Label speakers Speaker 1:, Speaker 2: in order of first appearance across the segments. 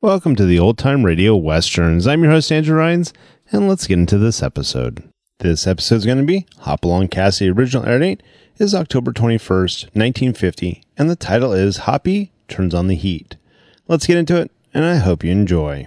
Speaker 1: Welcome to the Old Time Radio Westerns. I'm your host, Andrew Rhines, and let's get into this episode. This episode is going to be Hop Along Cassie. Original air date is October 21st, 1950, and the title is Hoppy Turns on the Heat. Let's get into it, and I hope you enjoy.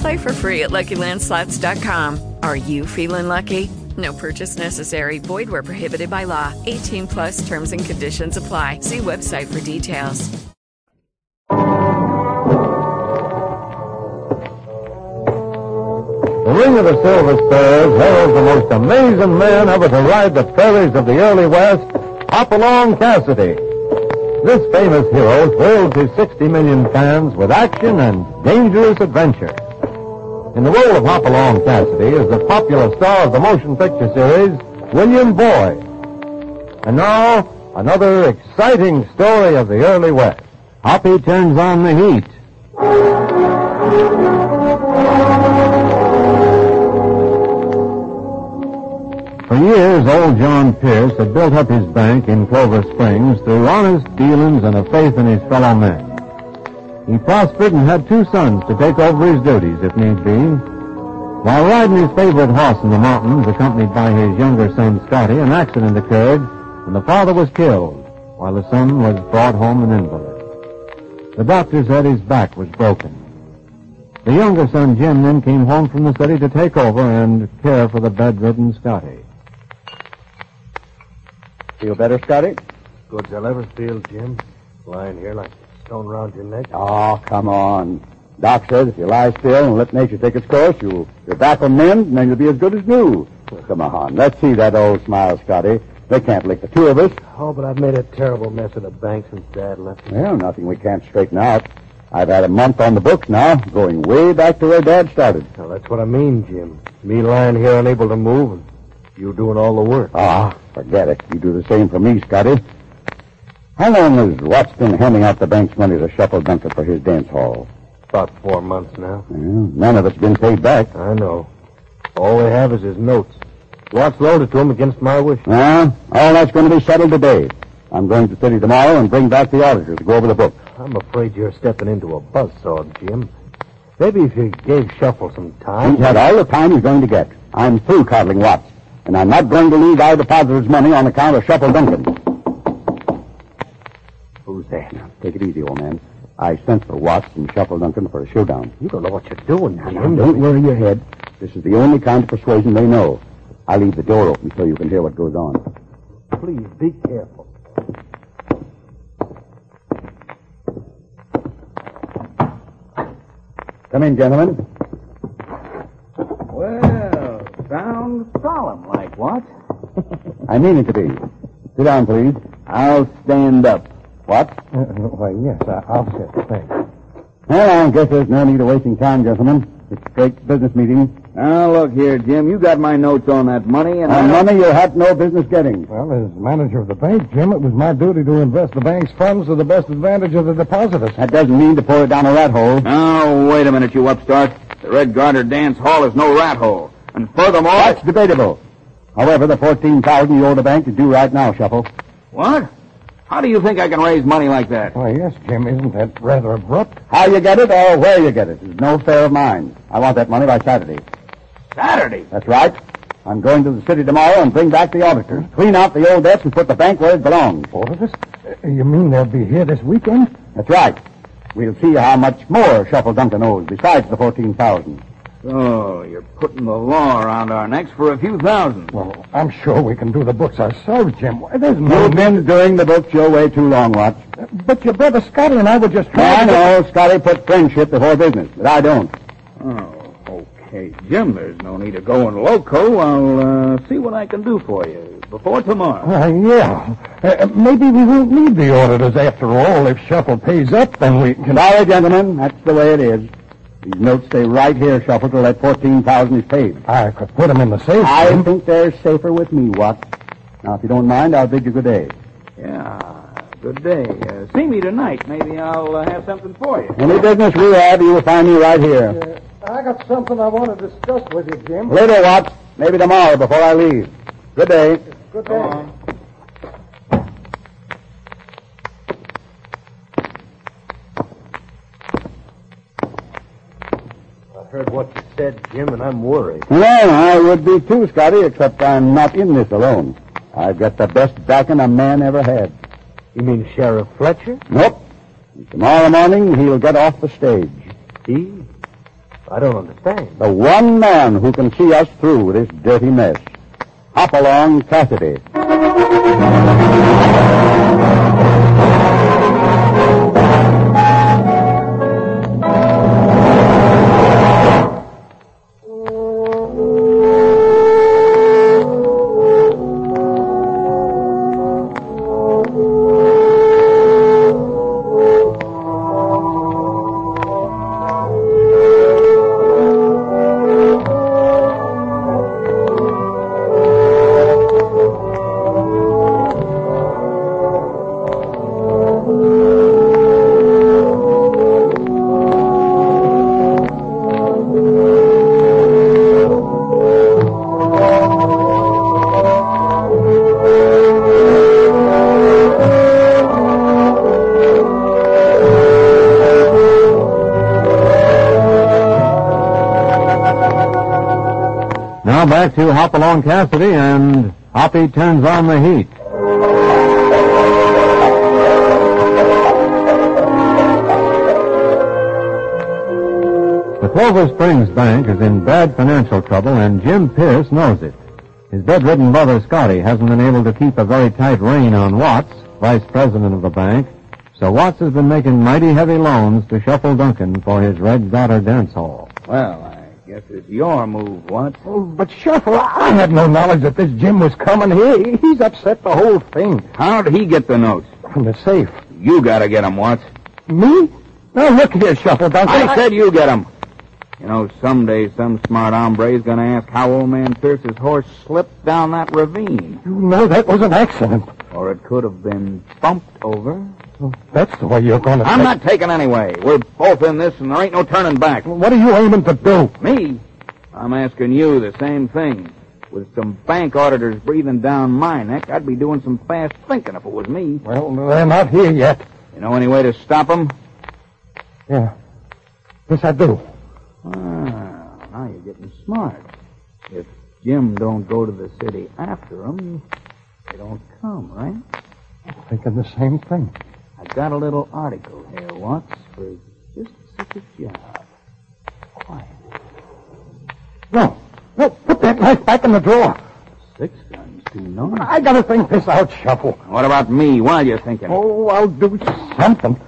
Speaker 2: Play for free at LuckyLandSlots.com. Are you feeling lucky? No purchase necessary. Void where prohibited by law. 18 plus terms and conditions apply. See website for details.
Speaker 3: The ring of the silver spurs heralds the most amazing man ever to ride the prairies of the early West, Hopalong Cassidy. This famous hero thrilled his 60 million fans with action and dangerous adventure. In the role of Hopalong Cassidy is the popular star of the motion picture series, William Boyd. And now, another exciting story of the early West. Hoppy turns on the heat. For years, old John Pierce had built up his bank in Clover Springs through honest dealings and a faith in his fellow men. He prospered and had two sons to take over his duties if need be. While riding his favorite horse in the mountains, accompanied by his younger son Scotty, an accident occurred and the father was killed while the son was brought home an invalid. The doctor said his back was broken. The younger son Jim then came home from the city to take over and care for the bedridden Scotty.
Speaker 4: Feel better, Scotty?
Speaker 5: Good as I'll ever feel, Jim. Lying here like a stone round your neck.
Speaker 4: Oh, come on. Doc says if you lie still and let nature take its course, you'll, your back will mend and then you'll be as good as new. Come on, let's see that old smile, Scotty. They can't lick the two of us.
Speaker 5: Oh, but I've made a terrible mess of the bank since Dad left.
Speaker 4: Well, nothing we can't straighten out. I've had a month on the books now, going way back to where Dad started.
Speaker 5: Now, that's what I mean, Jim. Me lying here unable to move and you doing all the work.
Speaker 4: Ah, forget it. You do the same for me, Scotty. How long has Watts been handing out the bank's money to Shuffle Dunker for his dance hall?
Speaker 5: About four months now.
Speaker 4: Well, none of it's been paid back.
Speaker 5: I know. All we have is his notes. Watts loaded to him against my wish.
Speaker 4: Well, all that's going to be settled today. I'm going to city tomorrow and bring back the auditor to go over the book.
Speaker 5: I'm afraid you're stepping into a buzzsaw, Jim. Maybe if you gave Shuffle some time.
Speaker 4: He's had all the time he's going to get. I'm through coddling Watts, and I'm not going to leave our depositors' money on account of Shuffle Duncan.
Speaker 5: Who's that? Now,
Speaker 4: Take it easy, old man. I sent for Watts and Shuffle Duncan for a showdown.
Speaker 5: You don't know what you're doing,
Speaker 4: Now,
Speaker 5: Jim.
Speaker 4: don't worry your head. This is the only kind of persuasion they know. I'll leave the door open so you can hear what goes on.
Speaker 5: Please be careful.
Speaker 4: Come in, gentlemen.
Speaker 3: Well, sounds solemn like what?
Speaker 4: I mean it to be. Sit down, please. I'll stand up. What?
Speaker 5: Uh,
Speaker 4: why, yes, I'll sit. Thanks. Well, I guess there's no need of wasting time, gentlemen. It's a straight business meeting.
Speaker 3: Now, look here, Jim. You got my notes on that money, and
Speaker 4: And
Speaker 3: I
Speaker 4: money you had no business getting.
Speaker 5: Well, as manager of the bank, Jim, it was my duty to invest the bank's funds to the best advantage of the depositors.
Speaker 4: That doesn't mean to pour it down a rat hole.
Speaker 3: Now, wait a minute, you upstart. The Red Garter Dance Hall is no rat hole. And furthermore...
Speaker 4: That's debatable. However, the 14000 you owe the bank is due right now, Shuffle.
Speaker 3: What? How do you think I can raise money like that?
Speaker 5: Why, yes, Jim, isn't that rather abrupt?
Speaker 4: How you get it or where you get it is no affair of mine. I want that money by Saturday.
Speaker 3: Saturday.
Speaker 4: That's right. I'm going to the city tomorrow and bring back the auditors, clean out the old debts, and put the bank where it belongs.
Speaker 5: Both of us? Uh, You mean they'll be here this weekend?
Speaker 4: That's right. We'll see how much more Shuffle Duncan owes besides the 14000
Speaker 3: Oh, you're putting the law around our necks for a few thousand.
Speaker 5: Well, I'm sure we can do the books ourselves, Jim. Why, there's no...
Speaker 4: You've been doing the books your way too long, Watch.
Speaker 5: But your brother Scotty and I were just
Speaker 4: I
Speaker 5: trying to...
Speaker 4: know Scotty put friendship before business, but I don't.
Speaker 3: Oh, okay, Jim, there's no need of going loco. I'll uh, see what I can do for you before tomorrow.
Speaker 5: Why, yeah. Uh, maybe we won't need the auditors after all. If Shuffle pays up, then we can...
Speaker 4: Sorry, gentlemen, that's the way it is. These notes stay right here, Shuffle, till that 14000 is paid.
Speaker 5: I could put them in the safe.
Speaker 4: I
Speaker 5: Jim.
Speaker 4: think they're safer with me, Watts. Now, if you don't mind, I'll bid you good day.
Speaker 3: Yeah, good day. Uh, see me tonight. Maybe I'll uh, have something for you.
Speaker 4: Any business we have, you will find me right here.
Speaker 5: I got something I want to discuss with you, Jim.
Speaker 4: Later, Watts. Maybe tomorrow before I leave. Good day.
Speaker 5: Good
Speaker 3: Go on.
Speaker 5: I heard what you said, Jim, and I'm worried.
Speaker 4: Well, I would be too, Scotty, except I'm not in this alone. I've got the best backing a man ever had.
Speaker 5: You mean Sheriff Fletcher?
Speaker 4: Nope. Tomorrow morning, he'll get off the stage.
Speaker 5: He? I don't understand.
Speaker 4: The one man who can see us through this dirty mess. Hop along, Cassidy.
Speaker 3: Now back to Hop Along Cassidy, and Hoppy turns on the heat.
Speaker 5: The Clover Springs Bank is in bad financial trouble, and Jim Pierce knows it. His bedridden brother Scotty hasn't been able to keep a very tight rein on Watts, vice president of the bank, so Watts has been making mighty heavy loans to Shuffle Duncan for his Red Garter dance hall. Oh,
Speaker 3: Well, I guess it's your move, Watts.
Speaker 5: But Shuffle, I had no knowledge that this Jim was coming here. He's upset the whole thing.
Speaker 3: How'd he get the notes?
Speaker 5: From the safe.
Speaker 3: You gotta get 'em, Watts.
Speaker 5: Me? Now look here, Shuffle Duncan.
Speaker 3: I said you get 'em. You know, someday some smart hombre's gonna ask how old man Pierce's horse slipped down that ravine.
Speaker 5: You know that was an accident.
Speaker 3: Or it could have been bumped over.
Speaker 5: That's the way you're going to.
Speaker 3: I'm not taking anyway. We're both in this and there ain't no turning back.
Speaker 5: What are you aiming to do?
Speaker 3: Me? I'm asking you the same thing. With some bank auditors breathing down my neck, I'd be doing some fast thinking if it was me.
Speaker 5: Well, they're not here yet.
Speaker 3: You know any way to stop 'em?
Speaker 5: Yeah. Yes, I do.
Speaker 3: Ah, now you're getting smart. If Jim don't go to the city after 'em, they don't come, right?
Speaker 5: Thinking the same thing.
Speaker 3: I got a little article here, Watts, for just such a job. Quiet.
Speaker 5: No. No, put that knife back in the drawer.
Speaker 3: Six guns too noisy.
Speaker 5: I gotta think this out, Shuffle.
Speaker 3: What about me while you're thinking?
Speaker 5: Oh, I'll do something.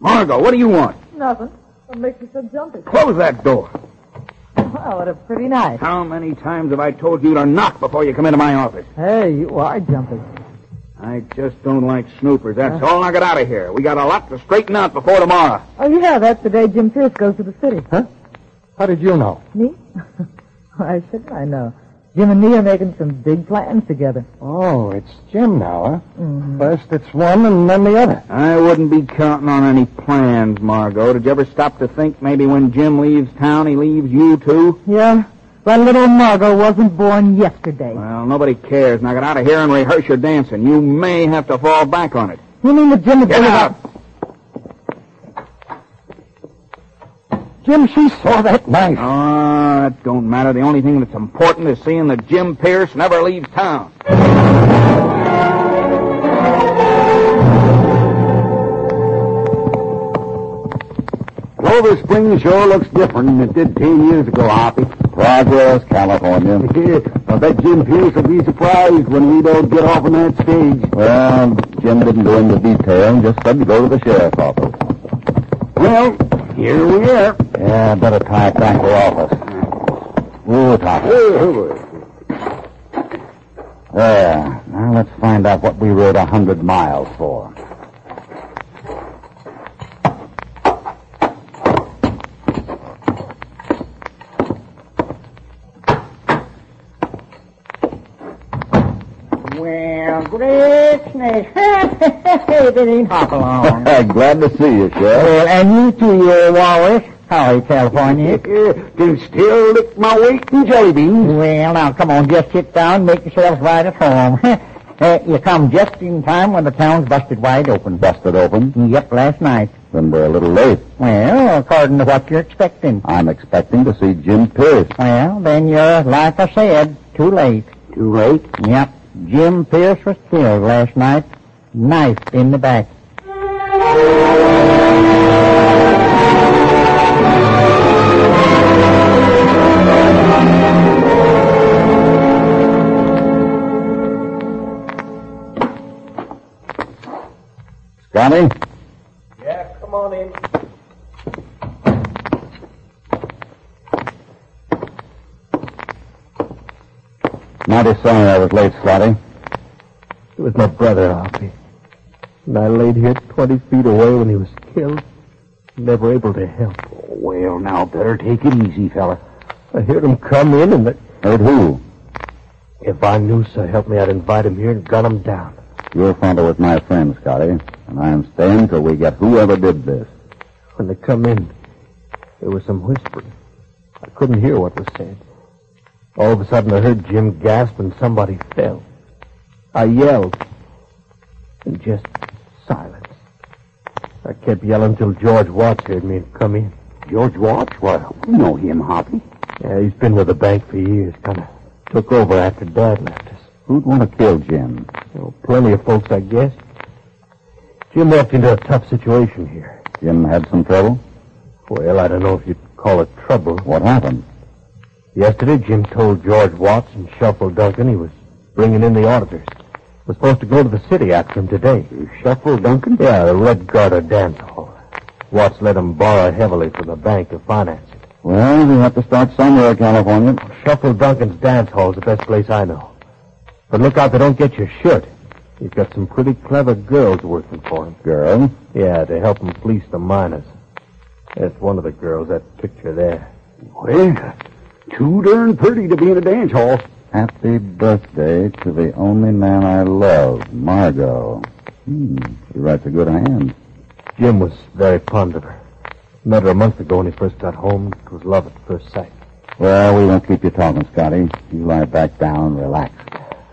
Speaker 3: Margot, what do you want?
Speaker 6: Nothing.
Speaker 7: What makes you so jumpy?
Speaker 8: Close that door.
Speaker 7: Wow, what a pretty night.
Speaker 8: How many times have I told you to knock before you come into my office?
Speaker 7: Hey, you are jumpy.
Speaker 8: I just don't like snoopers. That's all. Now get out of here. We got a lot to straighten out before tomorrow.
Speaker 7: Oh, yeah, that's the day Jim Pierce goes to the city.
Speaker 9: Huh? How did you know?
Speaker 7: Me? Why shouldn't I know? Jim and me are making some big plans together.
Speaker 9: Oh, it's Jim now, huh?
Speaker 7: Mm-hmm.
Speaker 9: First it's one and then the other.
Speaker 8: I wouldn't be counting on any plans, Margot. Did you ever stop to think maybe when Jim leaves town, he leaves you too?
Speaker 7: Yeah? Well, little Margot wasn't born yesterday.
Speaker 8: Well, nobody cares. Now get out of here and rehearse your dancing. You may have to fall back on it.
Speaker 7: You mean the Jim
Speaker 8: Get out!
Speaker 9: Jim, she saw that knife.
Speaker 8: Ah, it don't matter. The only thing that's important is seeing that Jim Pierce never leaves town.
Speaker 4: Clover Springs sure looks different than it did ten years ago, Hoppy. Progress, California. I bet Jim Pierce will be surprised when we don't get off on that stage. Well, Jim didn't go into detail, just said to go to the sheriff's office. Well, here we are. Yeah, better tie it back to the office. Ooh, Hoppy. Oh, There. Now let's find out what we rode a hundred miles for.
Speaker 7: Well, great snake. it ain't Hopalong.
Speaker 4: Glad to see you, Sheriff.
Speaker 7: Well, and you too, you old Walrus. How are you, California?
Speaker 4: Can still lick my weight in jelly beans.
Speaker 7: Well, now, come on, just sit down and make yourselves right at home. uh, you come just in time when the town's busted wide open.
Speaker 4: Busted open?
Speaker 7: Yep, last night.
Speaker 4: Then we're a little late.
Speaker 7: Well, according to what you're expecting.
Speaker 4: I'm expecting to see Jim Pierce.
Speaker 7: Well, then you're, like I said, too late.
Speaker 4: Too late?
Speaker 7: Yep. Jim Pierce was killed last night, knifed in the back.
Speaker 4: Scotty?
Speaker 10: Yeah, come on in.
Speaker 4: Mighty sorry I was late, Scotty.
Speaker 11: It was my brother, Hoppy. And I laid here 20 feet away when he was killed. Never able to help.
Speaker 4: Well, now, better take it easy, fella.
Speaker 11: I heard him come in and that...
Speaker 4: Heard who?
Speaker 11: If I knew, so help me, I'd invite him here and gun him down.
Speaker 4: Your father was my friend, Scotty, and I am staying till we get whoever did this.
Speaker 11: When they come in, there was some whispering. I couldn't hear what was said. All of a sudden, I heard Jim gasp and somebody fell. I yelled, and just silence. I kept yelling till George Watts heard me and come in.
Speaker 4: George Watts? Well, you know him, Hoppy.
Speaker 11: Yeah, he's been with the bank for years. Kind of took over after Dad left us.
Speaker 4: Who'd want to kill Jim?
Speaker 11: Oh, plenty of folks, I guess. Jim walked into a tough situation here.
Speaker 4: Jim had some trouble?
Speaker 11: Well, I don't know if you'd call it trouble.
Speaker 4: What happened?
Speaker 11: Yesterday, Jim told George Watts and Shuffle Duncan he was bringing in the auditors. Was supposed to go to the city after him today.
Speaker 4: Shuffle Duncan?
Speaker 11: Yeah, the Red Garter dance hall. Watts let him borrow heavily from the bank to finance it.
Speaker 4: Well, we have to start somewhere, California.
Speaker 11: Shuffle Duncan's dance hall's the best place I know. But look out they don't get your shirt. He's got some pretty clever girls working for him.
Speaker 4: Girl?
Speaker 11: Yeah, to help him fleece the miners. That's one of the girls, that picture there.
Speaker 4: Well, too darn pretty to be in a dance hall. Happy birthday to the only man I love, Margot. Hmm, she writes a good hand.
Speaker 11: Jim was very fond of her. Met her a month ago when he first got home. It was love at first sight.
Speaker 4: Well, we won't keep you talking, Scotty. You lie back down, relax.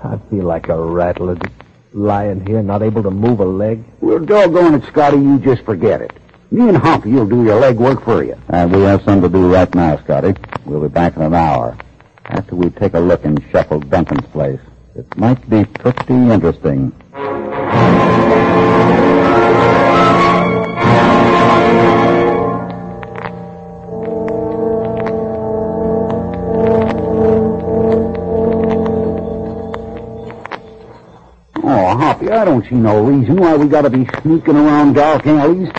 Speaker 11: I feel like a rattler just lying here, not able to move a leg.
Speaker 8: Well, doggone it, Scotty, you just forget it. Me and Hoppy will do your leg work for you.
Speaker 4: And we have some to do right now, Scotty. We'll be back in an hour. After we take a look in Shuffle Duncan's place. It might be pretty interesting.
Speaker 8: Oh, Hoppy, I don't see no reason why we gotta be sneaking around dark alleys.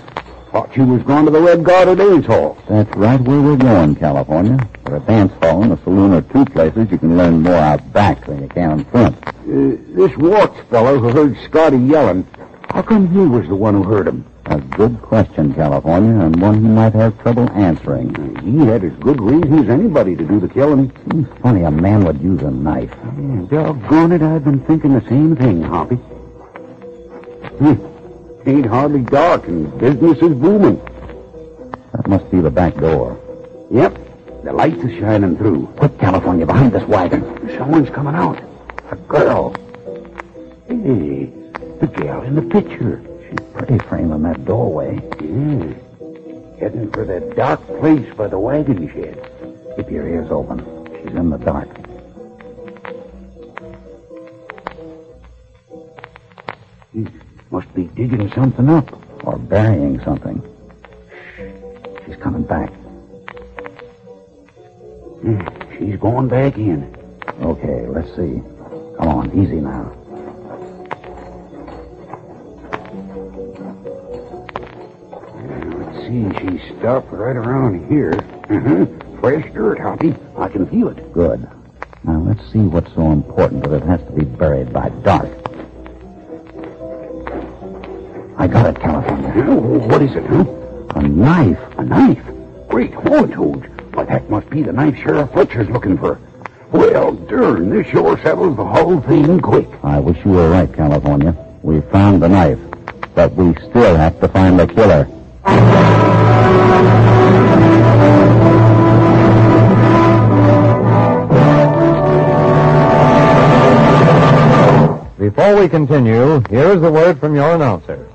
Speaker 4: Thought you was going to the Red Guard at A's Hall.
Speaker 3: That's right where we're going, California. At a dance hall and a saloon are two places you can learn more out back than you can in front.
Speaker 4: Uh, this Watts fellow who heard Scotty yelling, how come he was the one who heard him?
Speaker 3: A good question, California, and one you might have trouble answering.
Speaker 4: He had as good reason as anybody to do the killing.
Speaker 3: Seems funny a man would use a knife.
Speaker 4: Yeah, doggone it, I've been thinking the same thing, Hoppy. Hmm. Ain't hardly dark and business is booming.
Speaker 3: That must be the back door.
Speaker 4: Yep. The lights are shining through.
Speaker 3: Quick, California, behind this wagon.
Speaker 4: Someone's coming out. A girl. Hey, the gal in the picture.
Speaker 3: She's pretty frame in that doorway.
Speaker 4: Yeah. Heading for that dark place by the wagon shed.
Speaker 3: Keep your ears open. She's in the dark.
Speaker 4: Hmm. Must be digging something up.
Speaker 3: Or burying something. She's coming back.
Speaker 4: Mm, She's going back in.
Speaker 3: Okay, let's see. Come on, easy now.
Speaker 4: Uh, Let's see, she stopped right around here. Uh-huh. Fresh dirt, Hoppy. I can feel it.
Speaker 3: Good. Now let's see what's so important that it has to be buried by dark. I got it, California.
Speaker 4: Now, what is it, huh?
Speaker 3: A knife.
Speaker 4: A knife? Great horns, Hodge. Why, that must be the knife Sheriff Fletcher's looking for. Well, darn, this sure settles the whole thing quick.
Speaker 3: I wish you were right, California. We found the knife, but we still have to find the killer.
Speaker 5: Before we continue, here is the word from your announcer.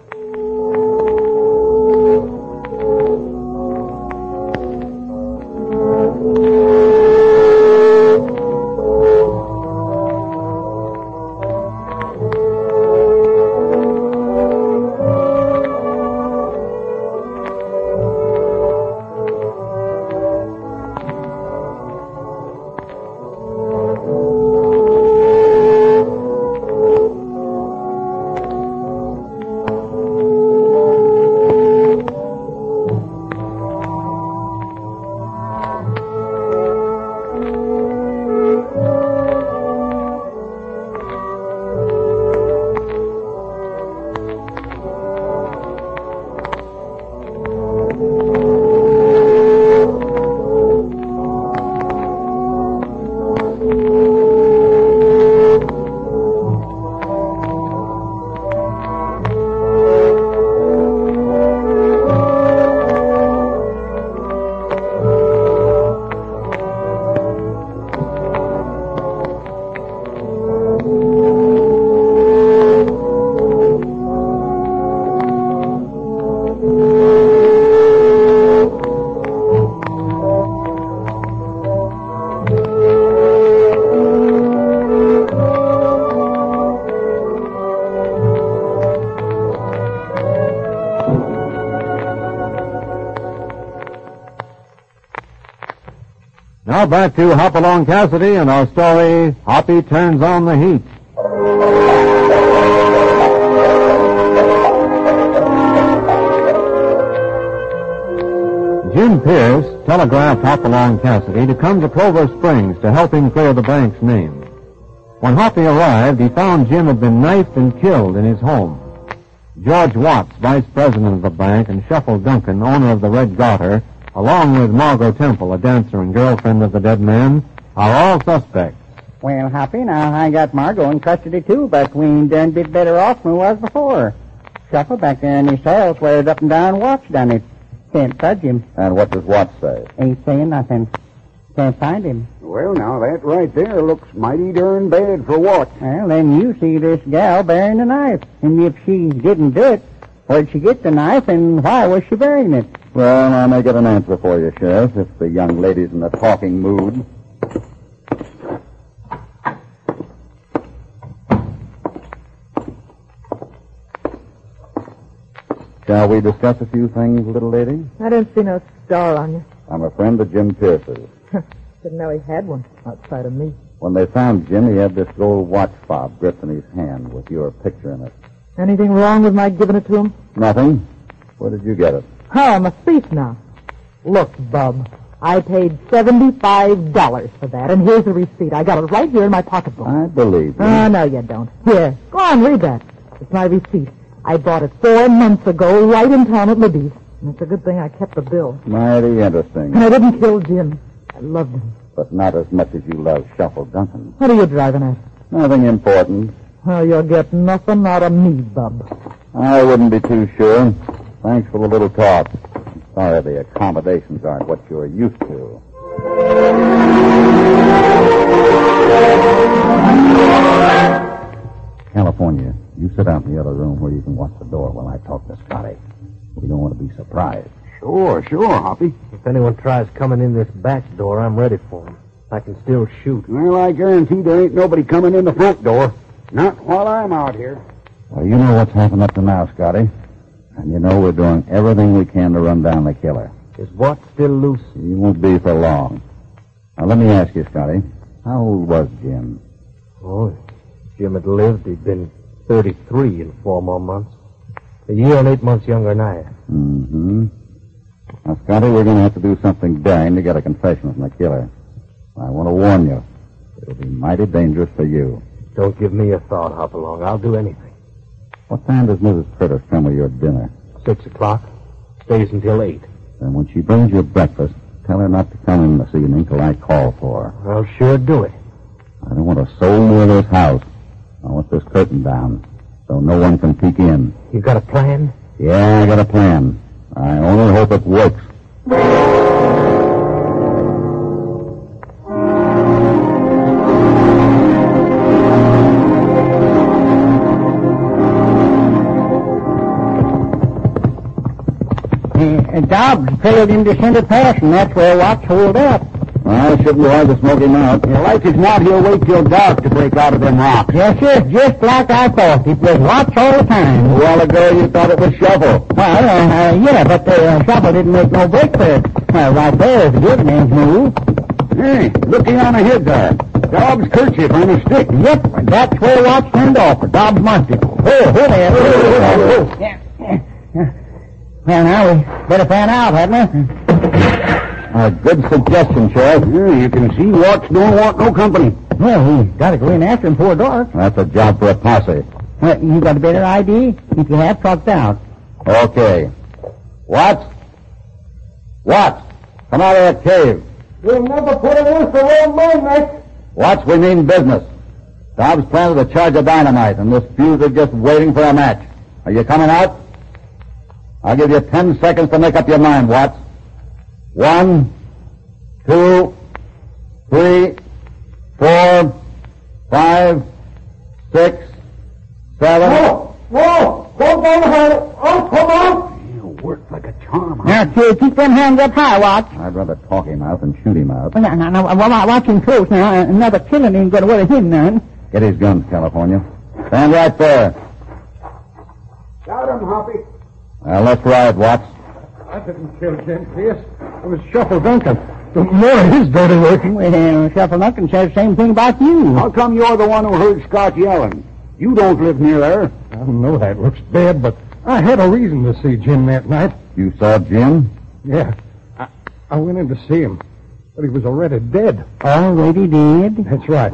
Speaker 5: Now back to Hopalong Cassidy and our story, Hoppy Turns on the Heat. Jim Pierce telegraphed Hopalong Cassidy to come to Clover Springs to help him clear the bank's name. When Hoppy arrived, he found Jim had been knifed and killed in his home. George Watts, vice president of the bank, and Shuffle Duncan, owner of the Red Garter, along with Margot Temple, a dancer and girlfriend of the dead man, are all suspects.
Speaker 6: Well, Hoppy, now I got Margot in custody too, but we ain't done bit better off than we was before. Shuffle back there in his cell swears up and down Watts done it. Can't touch him.
Speaker 3: And what does Watts say?
Speaker 6: Ain't saying nothing. Can't find him.
Speaker 4: Well, now, that right there looks mighty darn bad for what?
Speaker 3: Eh?
Speaker 6: Well, then you see this gal bearing a knife. And if she didn't do it, where'd she get the knife and why was she bearing it?
Speaker 3: Well, I may get an answer for you, Sheriff, if the young lady's in a talking mood. Shall we discuss a few things, little lady?
Speaker 12: I don't see no star on you.
Speaker 3: I'm a friend of Jim Pierce's.
Speaker 12: Didn't know he had one outside of me.
Speaker 3: When they found Jim, he had this gold watch fob gripped in his hand with your picture in it.
Speaker 12: Anything wrong with my giving it to him?
Speaker 3: Nothing. Where did you get it?
Speaker 12: How I'm a thief now. Look, bub, I paid $75 for that, and here's the receipt. I got it right here in my pocketbook.
Speaker 4: I believe you.
Speaker 12: Oh, no, you don't. Here, go on, read that. It's my receipt. I bought it four months ago right in town at Libby's. And it's a good thing I kept the bill.
Speaker 4: Mighty interesting,
Speaker 12: And I didn't kill Jim. I loved him.
Speaker 4: but not as much as you love Shuffle Duncan.
Speaker 12: What are you driving at?
Speaker 4: Nothing important.
Speaker 12: Well, you'll get nothing out of me, bub.
Speaker 4: I wouldn't be too sure. Thanks for the little talk. I'm sorry the accommodations aren't what you're used to. California, you sit out in the other room where you can watch the door while I talk to Scotty. We don't want to be surprised.
Speaker 13: Sure, sure, Hoppy. If anyone tries coming in this back door, I'm ready for them. I can still shoot.
Speaker 4: Well, I guarantee there ain't nobody coming in the front door. Not
Speaker 13: while I'm out here.
Speaker 4: Well, you know what's happened up to now, Scotty. And you know we're doing everything we can to run down the killer.
Speaker 13: Is what still loose?
Speaker 4: He won't be for long. Now, let me ask you, Scotty. How old was Jim?
Speaker 13: Oh, if Jim had lived, he'd been 33 in four more months. A year and eight months younger than I am.
Speaker 4: Mm-hmm. Now, Scotty, we're going to have to do something daring to get a confession from the killer. I want to warn you, it'll be mighty dangerous for you.
Speaker 13: Don't give me a thought, Hopalong. I'll do anything.
Speaker 4: What time does Mrs. Curtis come with your dinner?
Speaker 13: Six o'clock. Stays until eight.
Speaker 4: And when she brings your breakfast, tell her not to come in this evening till I call for her.
Speaker 13: I'll sure do it.
Speaker 4: I don't want a soul near this house. I want this curtain down so no one can peek in.
Speaker 13: You got a plan?
Speaker 4: Yeah, I got a plan. I only hope it works.
Speaker 6: Uh, Dobbs trailed him to center pass, and that's where Watts holed up.
Speaker 4: I shouldn't try to smoke him out.
Speaker 6: Your life is not. He'll wait till dark to break out of them rocks. Yes, sir. Just like I thought. It was Watts all the time.
Speaker 4: A while ago, you thought it was Shovel.
Speaker 6: Well, uh, uh, yeah, but the uh, shovel didn't make no break for it. Well, right there is a good man's move.
Speaker 4: Hey, looky on ahead there. Dobbs' kerchief on a stick.
Speaker 6: Yep, that's where Watts turned off. Dobbs marked it. Oh, oh, there. Oh, oh, there. Well, now we better fan out, hadn't we?
Speaker 4: A good suggestion, Sheriff. you can see Watts don't want no company.
Speaker 6: Well, we got to go in after him before dark.
Speaker 4: That's a job for a posse.
Speaker 6: Uh, you got a better idea? If you have, talk it out.
Speaker 4: Okay. Watts? Watts, come out of that cave.
Speaker 14: You'll never put a roof around my neck.
Speaker 4: Watts, we mean business. Dobbs planted a charge of dynamite, and this fuse is just waiting for a match. Are you coming out? I'll give you ten seconds to make up your mind, Watts. One, two, three, four, five, six, seven.
Speaker 14: No, no, don't go behind it. I'll come out.
Speaker 4: Worked like a charm.
Speaker 6: Now, kid, keep them hands up high, Watts.
Speaker 4: I'd rather talk him out than shoot him out.
Speaker 6: Well, now, now, now, well, I- watch him close now. Uh, Another killing ain't going to worry him none.
Speaker 4: Get his guns, California. Stand right there.
Speaker 14: Got him, Hoppy.
Speaker 4: Well, let's ride, Watts.
Speaker 14: I didn't kill Jim Pierce. It was Shuffle Duncan. More of his dirty work.
Speaker 6: Well, Shuffle Duncan says the same thing about you.
Speaker 4: How come you're the one who heard Scott yelling? You don't live near there.
Speaker 14: I don't know that looks bad, but I had a reason to see Jim that night.
Speaker 4: You saw Jim?
Speaker 14: Yeah, I, I went in to see him, but he was already dead.
Speaker 6: Already did.
Speaker 14: That's right.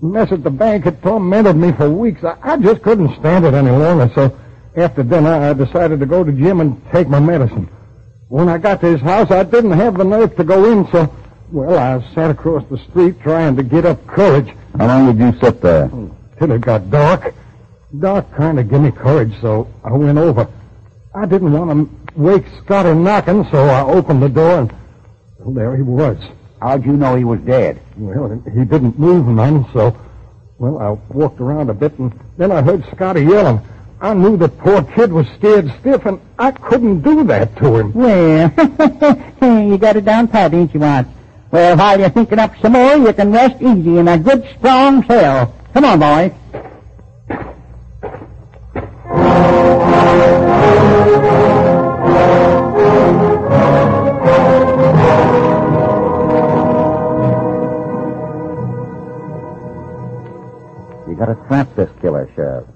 Speaker 14: The mess at the bank had tormented me for weeks. I, I just couldn't stand it any longer, so after dinner I decided to go to Jim and take my medicine. When I got to his house, I didn't have the nerve to go in, so, well, I sat across the street trying to get up courage
Speaker 4: How long did you sit there?
Speaker 14: till it got dark. Dark kind of gave me courage, so I went over. I didn't want to wake Scotty knocking, so I opened the door and well, there he was.
Speaker 4: How'd you know he was dead?
Speaker 14: Well, he didn't move none, so well, I walked around a bit and then I heard Scotty yelling. I knew the poor kid was scared stiff, and I couldn't do that to him.
Speaker 6: Well, you got it down pat, ain't you, Watts? Well, while you're thinking up some more, you can rest easy in a good, strong cell. Come on, boys.
Speaker 4: You gotta trap this killer, Sheriff.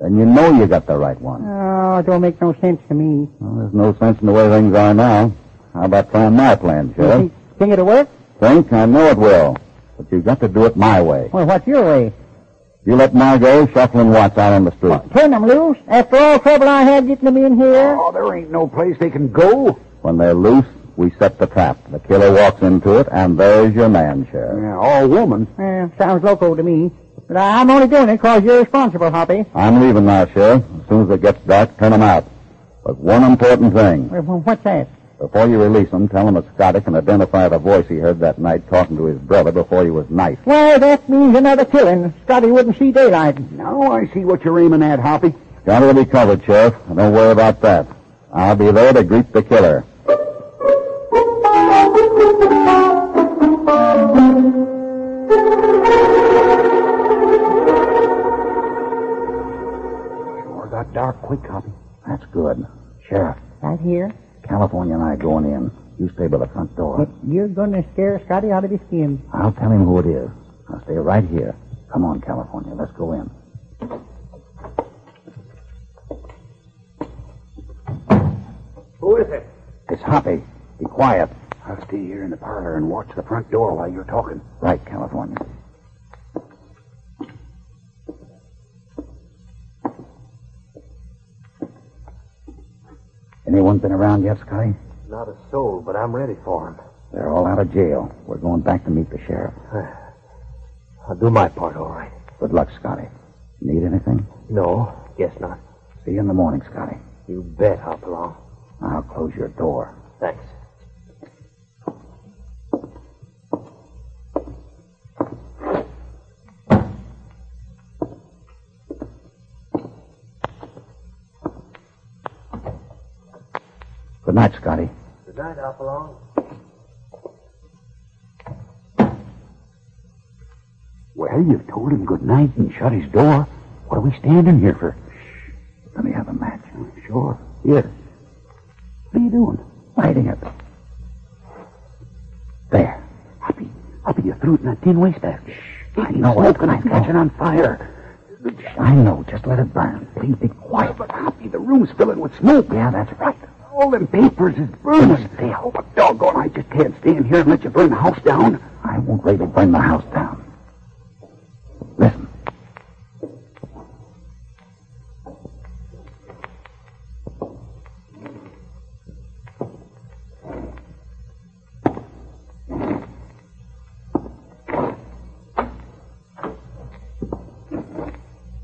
Speaker 4: Then you know you got the right one.
Speaker 6: Oh, that don't make no sense to me.
Speaker 4: Well, there's no sense in the way things are now. How about trying my plan, Sheriff?
Speaker 6: Think it'll work?
Speaker 4: Think? I know it will. But you've got to do it my way.
Speaker 6: Well, what's your way?
Speaker 4: You let Margot shuffle and watch out on the street.
Speaker 6: Turn them loose? After all trouble I had getting them in here?
Speaker 4: Oh, there ain't no place they can go. When they're loose, we set the trap. The killer walks into it, and there's your man, Sheriff. Yeah, all woman.
Speaker 6: Eh, sounds loco to me. But I- I'm only doing it because you're responsible, Hoppy.
Speaker 4: I'm leaving now, Sheriff. As soon as it gets dark, turn 'em out. But one important thing.
Speaker 6: Well, What's that?
Speaker 4: Before you release him, tell him that Scotty can identify the voice he heard that night talking to his brother before he was knifed.
Speaker 6: Well, that means another killing. Scotty wouldn't see daylight.
Speaker 4: Now I see what you're aiming at, Hoppy. Scotty will be covered, Sheriff. and Don't worry about that. I'll be there to greet the killer. Sure got dark quick, Hoppy. That's good. Sheriff,
Speaker 6: Right here?
Speaker 4: California and I going in. You stay by the front door.
Speaker 6: You're gonna scare Scotty out of his skin.
Speaker 4: I'll tell him who it is. I'll stay right here. Come on, California. Let's go in.
Speaker 15: Who is it?
Speaker 4: It's Hoppy. Be quiet.
Speaker 15: I'll stay here in the parlor and watch the front door while you're talking.
Speaker 4: Right, California. Anyone been around yet, Scotty?
Speaker 13: Not a soul, but I'm ready for him.
Speaker 4: They're all out of jail. We're going back to meet the sheriff.
Speaker 13: I'll do my part, all right.
Speaker 4: Good luck, Scotty. Need anything?
Speaker 13: No, guess not.
Speaker 4: See you in the morning, Scotty.
Speaker 13: You bet, Hopalong.
Speaker 4: I'll close your door.
Speaker 13: Thanks.
Speaker 4: Good night, Scotty.
Speaker 13: Good night, Hopalong.
Speaker 15: Well, you've told him good night and shut his door. What are we standing here for? Shh. Let me have a match. Sure. Yes. What are you doing? Lighting it. There. Happy, Happy, you threw it in a tin wastebasket. Shh. I know. Smoking. I'm catching on fire.
Speaker 4: I know. Just let it burn. Please be quiet.
Speaker 15: Oh, But Happy, the room's filling with smoke.
Speaker 4: Yeah, that's right.
Speaker 15: All them papers is burning. Stay out. But doggone, I just can't stand here and let you burn the house down.
Speaker 4: I won't let it burn the house down. Listen.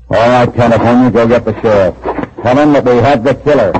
Speaker 4: All right, California, go get the sheriff. Tell him that we have the killer.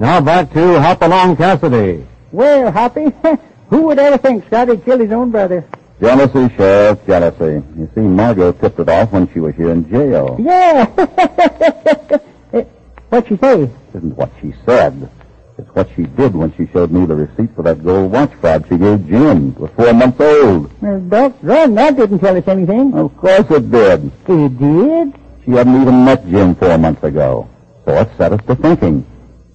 Speaker 5: Now back to Hopalong Cassidy.
Speaker 6: Well, Hoppy, who would ever think Scotty killed his own brother?
Speaker 4: Jealousy, Sheriff, jealousy. You see, Margot tipped it off when she was here in jail.
Speaker 6: Yeah. Eh, What'd she say?
Speaker 4: isn't what she said. It's what she did when she showed me the receipt for that gold watch fraud she gave Jim. It was four months old.
Speaker 6: Well, Doc, run, that didn't tell us anything.
Speaker 4: Of course it did.
Speaker 6: It did?
Speaker 4: She hadn't even met Jim four months ago. So it set us to thinking.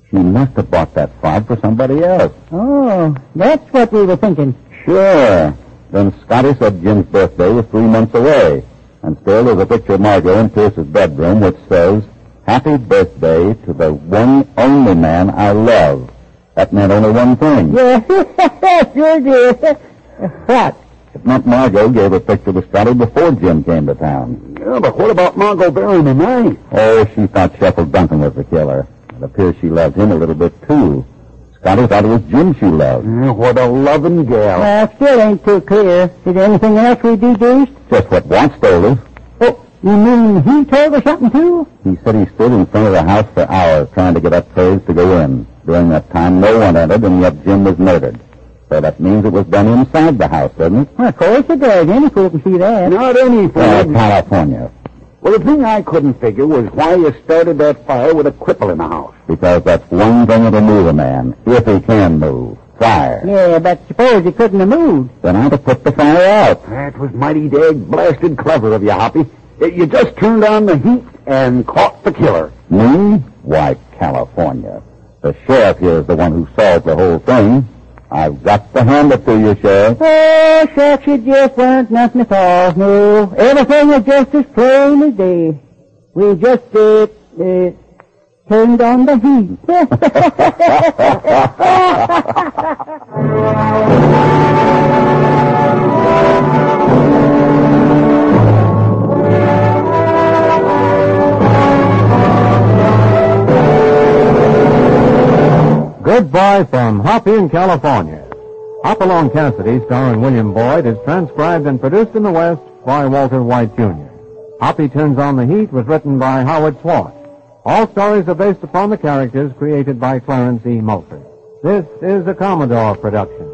Speaker 4: She must have bought that fraud for somebody else.
Speaker 6: Oh, that's what we were thinking.
Speaker 4: Sure. Then Scotty said Jim's birthday was three months away. And still there's a picture of Margot in Pierce's bedroom which says, Happy birthday to the one only man I love. That meant only one thing.
Speaker 6: Yeah, sure did. What?
Speaker 4: If not, Margot gave a picture to Scotty before Jim came to town.
Speaker 15: Yeah, but what about Margot burying the knife?
Speaker 4: Oh, she thought Sheffield Duncan was the killer. It appears she loved him a little bit, too. Scotty thought it was Jim she loved. what a loving gal.
Speaker 16: Well, still ain't too clear. Is there anything else we deduced?
Speaker 4: Just what once told us.
Speaker 16: Oh, You mean he told her something too?
Speaker 4: He said he stood in front of the house for hours trying to get up courage to go in. During that time, no one entered, and yet Jim was murdered. So that means it was done inside the house, doesn't it?
Speaker 16: Well, of course it does. Any fool can see that.
Speaker 4: Not any California.
Speaker 17: Well, the thing I couldn't figure was why you started that fire with a cripple in the house.
Speaker 4: Because that's one thing that'll move a man, if he can move. Fire.
Speaker 16: Yeah, but suppose he couldn't have moved.
Speaker 4: Then I'd have put the fire out.
Speaker 17: That was mighty dag blasted clever of you, Hoppy. Y- You just turned on the heat and caught the killer.
Speaker 4: Me? Why, California. The sheriff here is the one who solved the whole thing. I've got to hand it to you, Sheriff.
Speaker 16: Oh, shucks, it just weren't nothing at all. No, everything was just as plain as day. We just, uh, uh, turned on the heat.
Speaker 18: Goodbye from Hoppy in California. Hopalong Cassidy, starring William Boyd, is transcribed and produced in the West by Walter White Jr. Hoppy Turns on the Heat was written by Howard Swartz. All stories are based upon the characters created by Clarence E. Mulford. This is a Commodore production.